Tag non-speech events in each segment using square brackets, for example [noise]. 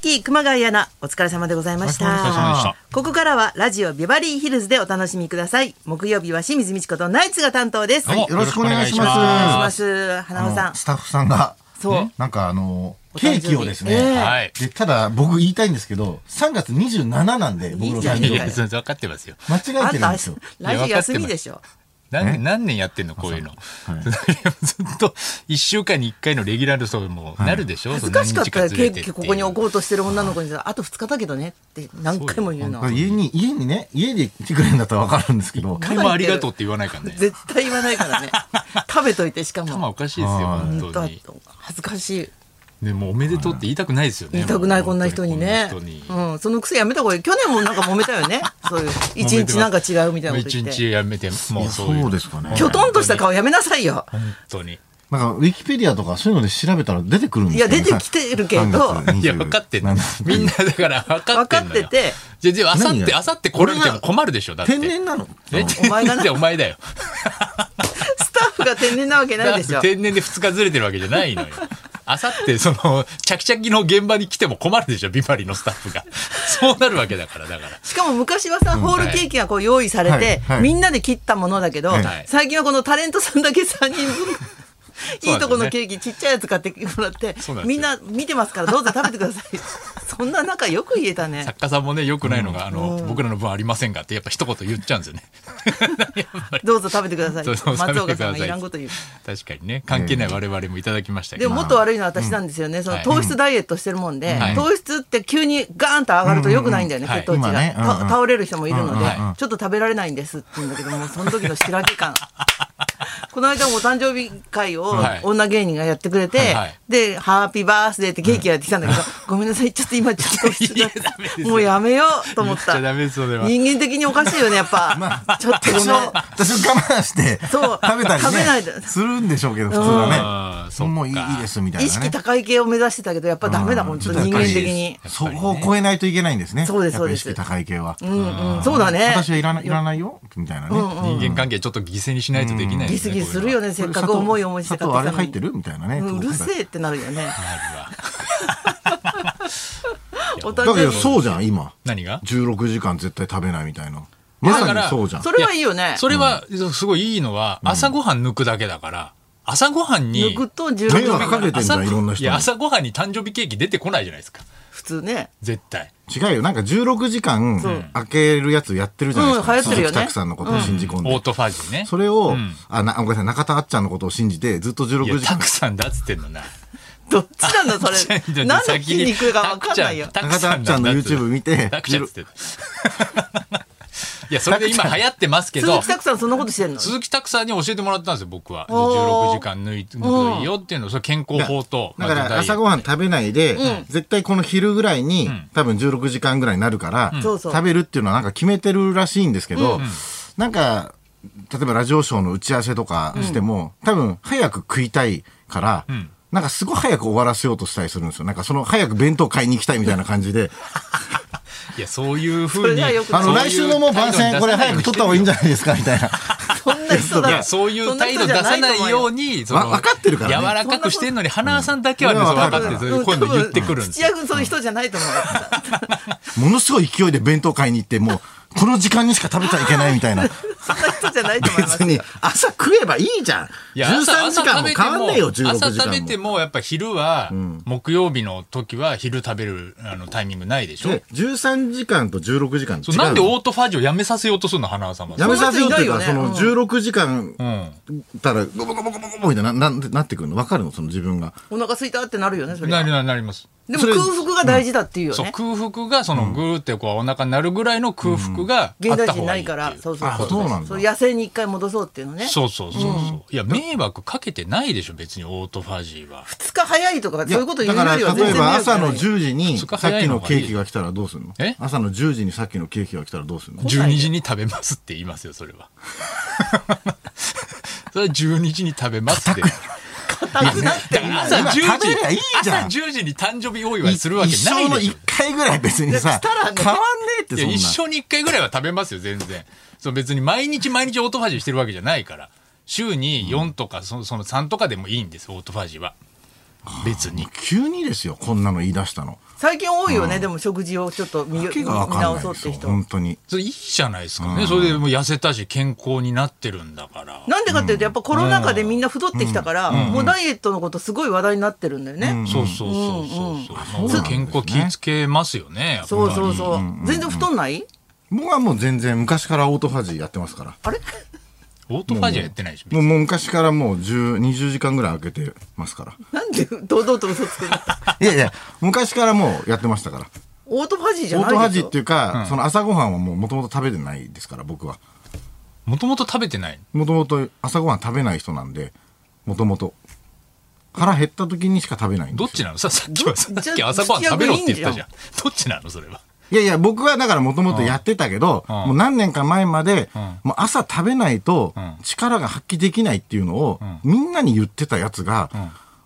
キー熊谷アナ、お疲れ様でございました。お疲れ様でしたここからはラジオビバリーヒルズでお楽しみください。木曜日は清水美智子とナイツが担当です。どうもおよろしくお願いしますよろくお願い願いししまますす。花輪さんあの。スタッフさんが、そう。なんかあの、おケ誕生日ーキをですね、ええはいで、ただ僕言いたいんですけど、3月27なんで、僕の誕いい生じい日ゃや、ん間全然分かってますよ。違えあてんるんたですよ。、来週休みでしょ。え何何年やってんのこういうの。 [laughs] ずっと一週間に一回のレギュラーのそうもなるでしょ、恥そずのか何しかっ日たよずケれーてってキいうここに置こうとしてる女の子にさあと2日だけどねって何回も言うのこれ家に、家にね、家で来てくれるんだったらわかるんですけど、一回もありがとうって言わないからね。絶対言わないからね食べといてしか頭もおか [laughs] しいですよ、はい本本当当だに。と恥ずかしいでもおめでとうって言いたくないですよね。言いたくないこんな人にね本当にこんな人にうんその癖やめた方がいい去年もなんか揉めたよ [laughs] ねそういう一日なんか違うみたいなこと言っもう一て日やめて、もうそういう。そうですかねきょとんとした顔やめなさいよ本当に。なんかウィキペディアとかそういうので調べたら出てくるんですよいや出てきてるけどいや、分かってんのみんな、だから分かってんのよ。分かっててじゃあ、じゃあ、あさっ何て、があさってこれ見ても困るでしょ、だって。天然なのえお前がな天然ってお前だよ。スタッフが天然なわけないでしょ天然で2日ずれてるわけじゃないのよ。あさって、その、チャキチャキの現場に来ても困るでしょ、ビバリのスタ [laughs] ッフが。そうなるわけだから、だから。しかも昔はさ、ホールケーキがこう用意されて、はいはいみんなで切ったものだけど、はい最近はこのタレントさんだけ3人 [laughs] 分。いいとこのケーキ、ちっちゃいやつ買ってもらってそうなんですみよんな見てますからどうぞ食べてくださいそんな仲よく言えたね作家さんもね、良くないのが、あの、僕らの分ありませんがって、やっぱ一言言っちゃうんですよね。 [laughs] どうぞ食べてくださいそうそう松岡さん食べてくだがさいっていらんこと言う確かにね、関係ない我々もいただきましたけでど。ももっと悪いのは私なんですよね、そのはい糖質ダイエットしてるもんで、はい糖質って急にガーンと上がると良くないんだよね、うんうん血糖値が、はい今ねたうんうん倒れる人もいるので、うんうんちょっと食べられないんですって言うんだけどもうその時の白毛 [laughs] 感この間もお誕生日会をはい女芸人がやってくれて、はいはいで「ハッピーバースデー」ってケーキやってきたんだけど、 [laughs] ごめんなさいちょっと今ちょっと糖質が [laughs] いやダメですよもうやめようと思っ言っちたゃダメですそれは人間的におかしいよねやっ [laughs] ぱ、ちょっとこ私もの私も我慢してそう食べたり食べないねで、するんでしょうけど、普通はあーそっね。かもういいですみたい意な識ね。高い系を目指してたけどやっぱダメだ、本当に人間的に。そこを超えないといけないんですね。そうですそうですやっぱ意識高い系は。うんうん、そうだね。私はいらないいらないよ、みたいなね。人間関係ちょっと犠牲にしないとできないギですスね。ギスするよね、せっかく重い思いして買砂ってき糖あれたの入っにて。るみたいなね。うんうるせえってなるよ [laughs] ね。お誕だけ生ど日。そうじゃん、今。何が16時間絶対食べないみたいな。まさにそうじゃん。それはいいよね。それは、すごいいいのは、朝ごはん抜くだけだから、朝ごはんに抜、くと16迷惑かけてんじゃ朝ん、いろんな人いやに。朝ごはんに誕生日ケーキ出てこないじゃないですか。普通ね。絶対。違うよ。なんか16時間開けるやつやってるじゃないですか。うん流行ってるよね鈴木拓さんのことを信じ込んオーで。トファジーね。それを、あ、な、ごめんなさい、中田あっちゃんのことを信じて、ずっといや、 16時た間く。さんだっつってんのな。どっちなんだそちょっと [laughs] れ。何の筋肉がわかんないよ。タク中ち田ゃあんっだちゃんの YouTube 見て、タクちゃんっつ [laughs] ってた。いや、それで今流行ってますけ鈴ど木、拓さんそんなことしてんの。鈴木拓さんに教えてもらったんですよ、僕は。おー16時間抜い抜くといいよっていうの、それ健康法と。だかまあら朝ごはん食べないで、絶対この昼ぐらいに、多分16時間ぐらいになるから、そうそう食べるっていうのはなんか決めてるらしいんですけど、なんか、例えばラジオショーの打ち合わせとかしても、多分早く食いたいから、なんかすごい早く終わらせようとしたりするんですよ。なんかその早く弁当買いに行きたいみたいな感じで、いや、そういうふそうれに。じゃよくあないの来週のもう番宣これ早く取った方がいいんじゃないですかみたいな。そんな人だ。そういう態度出さないように、そのわ分かってるからね柔らかくしてんのに、花輪さんだけはね、うんそう分かってわる、そううんいう今度言ってくるんです土よ屋。君そういう人じゃないと思う。ものすごい勢いで弁当買いに行って、もうこの時間にしか食べちゃいけないみたいな。 [laughs] そんな人じゃない [laughs] と思います別。に [laughs] 朝食えばいいじゃん。いや朝13時間も変わんねえよ、16時間も。朝食べても、やっぱ昼は、木曜日の時は昼食べるあのタイミングないでしょで、13時間と16時間そうなんで違うのオートファジをやめさせようとするの花輪さんは。やめさせようっていうか、そそんなの人いない16時間うん。たら、ゴボゴボゴボゴボみたいな、なんてなってくるの分かるのその自分が。お腹空いたってなるよね、それなは。りななります。でもそれ空腹が大事だっていうよそうね。空腹がそのぐーってこうお腹になるぐらいの空腹があ現っ代た人方ながいいいってからい、う。そうそうあそうなんだそう野生に一回戻そうっていうのね。そうそうそうそう。いや迷惑かけてないでしょ別にオートファジーは。二日早いとかそういうこと言だうかよりら、は全例え然迷ば惑じゃ朝ないの10時に、そっさかっきのケ早いのがいいーキが来たらどうするのえ朝の10時にさっきのケーキが来たらどうするの12時に食べますって言いますよそれは。それは12時に食べますって。硬くなってる朝10時今食べりゃいいじゃん朝10時に誕生日お祝いするわけ一な生いのでし一ょ回ぐらい別にさ、いやしたらね変わんねえっていそやんな。一生に一回ぐらいは食べますよ全然そう別に毎日毎日オートファジーしてるわけじゃないから週に4とかそその3とかでもいいんですオートファジーは別に急にですよ、こんなの言い出したの。最近多いよね、でも食事をちょっと見よ訳見がわかんない直ですそようって人。本当に。それいいじゃないですかね、それでもう痩せたし健康になってるんだからなんでかっていうと、やっぱコロナ禍でみんな太ってきたから、もうダイエットのことすごい話題になってるんだよね。そうそうそうそうそう、うんうんまあ健康気ぃつけますよねやっぱりそうそうそう。全然太んない僕はもう全然昔からオートファジーやってますから。あれオートファジーやってないでしょもうもう昔からもう10、20時間ぐらい空けてますから。なんで堂々と嘘つくのいやいや、昔からもうやってましたから。オートファジーじゃオなーいトファでジしーょっていうか、その朝ごはんはもう元々食べてないですから、僕は。もともと食べてないもともと朝ごはん食べない人なんで、もともと。腹減った時にしか食べないんですどよっちなのささっきはさどっき朝ごはん食べろって言ったじじゃゃんどっちなのそれはいやいや、僕はだからもともとやってたけど、うんもう何年か前まで、んもう朝食べないとん力が発揮できないっていうのを、みんなに言ってたやつが、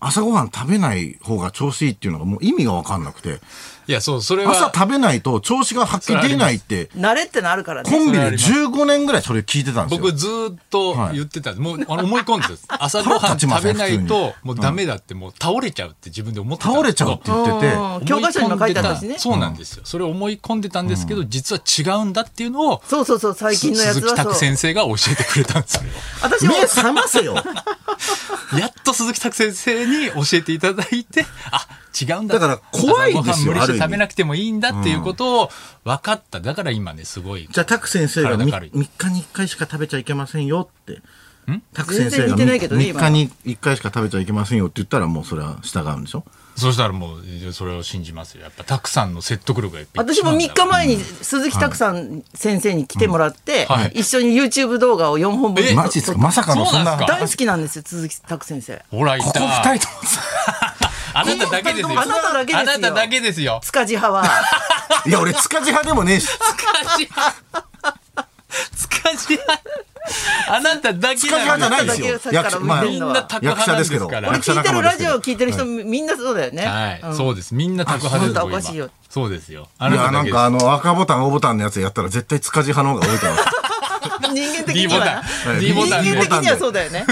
朝ごはん食べない方が調子いいっていうのがもう意味がわかんなくて、いやそうそれは朝食べないと調子が発揮できないって、慣れってのあるからコね。ンビで15年ぐらいそれ聞いてたんですよ。僕ずーっと言ってたんです、もうあの思い込んでたんです [laughs] 朝ごはん食べないともうダメだってもう倒れちゃうって自分で思ってたんです倒れちゃうって言ってて、うん教科書にも書いてあったしね。そうなんですよ、それを思い込んでたんですけど、実は違うんだっていうのをそうそうそう、最す近のやつ鈴木はそ拓う。先生が教えてくれたんですよ私も目覚ませよやっと鈴木拓先生に教えていただいてあ違うんだだから怖いですよ朝ごはん無理あしるて意味食べなくてもいいんだっていうことを分かっただから今ねすごいじゃあ、タク先生が体 3, 軽い日に1回しか食べちゃいけませんよって。タク先生全然が似てないけどね3日に1回しか食べちゃいけませんよって言ったらもうそれは従うんでしょそしたらもうそれを信じますよやっぱたくさんの説得力がやっぱ私も一番3だから日前に鈴木拓さん先生に来てもらって、はい一緒に YouTube 動画を4本分えマジですかまさかのそんな。そうなん大好きなんですよ鈴木拓先生ほらいたここ2人ともさ。あなただけですよあなただけですよあなただけですよ塚地派はいや、俺、塚地派でもねえし、つかしあなただけ塚地派じゃないですあなよただ。けさっき役者、からまあ、見てんのは役者ですけど。これこれ聞いてるラジオ聞いてる人いみんなそうだよね、はい、うんそうですみんなタク派ですあそうだおかしいよ今そうですよあなや、たなだんけかあの、赤ボタン、青ボタンのやつやったら絶対塚地派の方が多いと思う。人間的です D にボはタなンい D ボ人タ間ン的ボタンにはそうだよね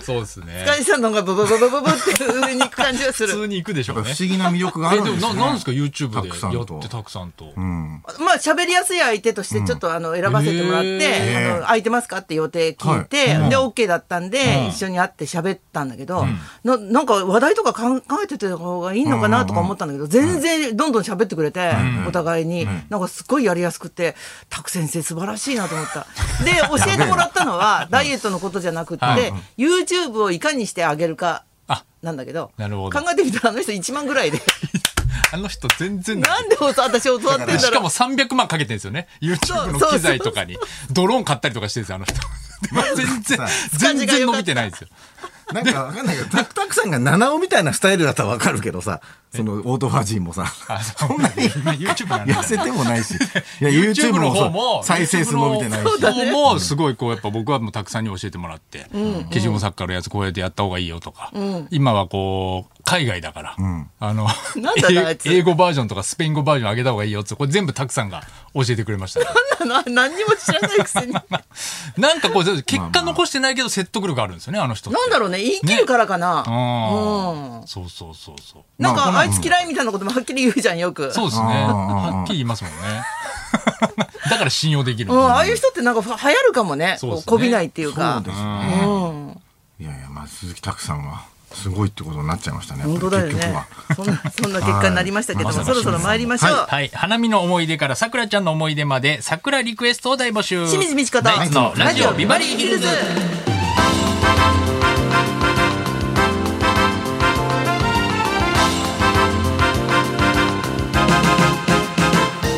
そうですね塚地さんの方がブブブブブブって上に行く感じがす [laughs] 普通るに行くでしょう不ね思議な魅力があえるでんもですなよ、なんでねす。か YouTube でたくさんやとってたくさんと、まあ喋りやすい相手としてちょっとあの選ばせてもらって、へーあの空いてますかって予定聞いて、で OK だったんで、一緒に会って喋ったんだけど、ななんか話題とか考えてた方がいいのかなとか思ったんだけど、全然どんどん喋ってくれて、お互いに、なんかすっごいやりやすくてたく先生素晴らしいなと思ったで教えてもらったのはダイエットのことじゃなくって、はい YouTube をいかにしてあげるかあなんだけどなるほど考えてみたらあの人1万ぐらいであの人全然だなんで私教わってんだろうしかも300万かけてるんですよね YouTube の機材とかにドローン買ったりとかしてるんですよあの人でも全然全然伸びてないんですよなんかわかんないけど、タクタクさんが七尾みたいなスタイルだったらわかるけどさ、そのオートファジーもさ、そんなに今 YouTube なんだ痩せてもないし、いや、 YouTube YouTube のも方そもう再生数伸びてないしそう。だねもうすごいこうやっぱ僕はもうたくさんに教えてもらって、基準もサッカーのやつこうやってやった方がいいよとか、今はこう海外だから、あのなんだなあいつえ英語バージョンとかスペイン語バージョン上げた方がいいよってこれ全部たくさんが教えてくれましたね、 [laughs] な何にも知らないくせに。ななんかこう結果残してないけど説得力あるんですよねあの人ってんだろうね、言い切るからかな。あーそうそうそうそううん。なんか、あいつ嫌いみたいなこともはっきり言うじゃん、よく。そうですねあーあーはっきり言いますもんね [laughs] だから信用できる、うん、ああいう人ってなんかふ流行るかもね。そうですねこう媚びないっていうそうか。ですね。いやいや、まあ、鈴木拓さんは、すごいってことになっちゃいましたね。やっぱ本り当だよ結ね局は。そんな、そんな結果になりましたけども、はいそろそろ参りましょう。はい。花見の思い出から桜ちゃんの思い出まで、桜リクエストを大募集。清水美智子とナイツのラジオビバリーヒルズ。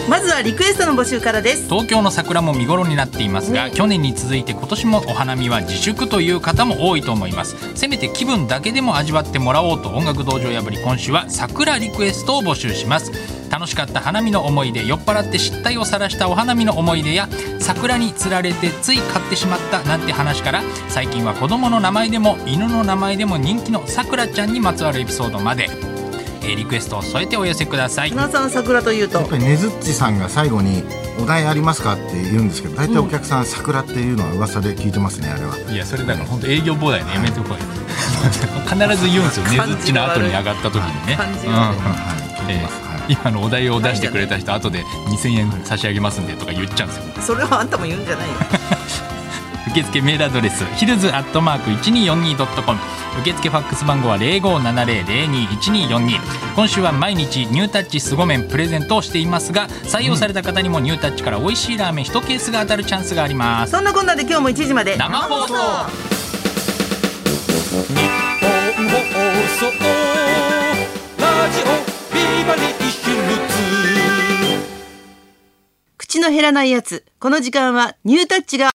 まずはリクエストの募集からです。東京の桜も見頃になっていますが、去年に続いて今年もお花見は自粛という方も多いと思いますせめて気分だけでも味わってもらおうと音楽道場破り今週は桜リクエストを募集します楽しかった花見の思い出酔っ払って失態を晒したお花見の思い出や桜につられてつい買ってしまったなんて話から最近は子供の名前でも犬の名前でも人気の桜ちゃんにまつわるエピソードまでえーリクエストを添えてお寄せください花さん桜というとやっぱりねずっちさんが最後に「お題ありますか?」って言うんですけど大体お客さん「桜」っていうのは噂で聞いてますねあれはいやそれだから本当営業妨害ねやめてこい必ず言うんですよねずっちの後に上がった時にね感じが悪いはいうん聞いてえます、はいー今のお題を出してくれた人後で2000円差し上げますんでとか言っちゃうんですそよれはあんたも言うんじゃないよ受付メールアドレスヒルズアットマーク 1242.com 受付ファックス番号は0570021242今週は毎日ニュータッチすご麺プレゼントをしていますが採用された方にもニュータッチから美味しいラーメン1ケースが当たるチャンスがありますそんなこんなで今日も1時まで生放放送送ラジオビバリーヒルズ口の減らないやつこの時間はニュータッチが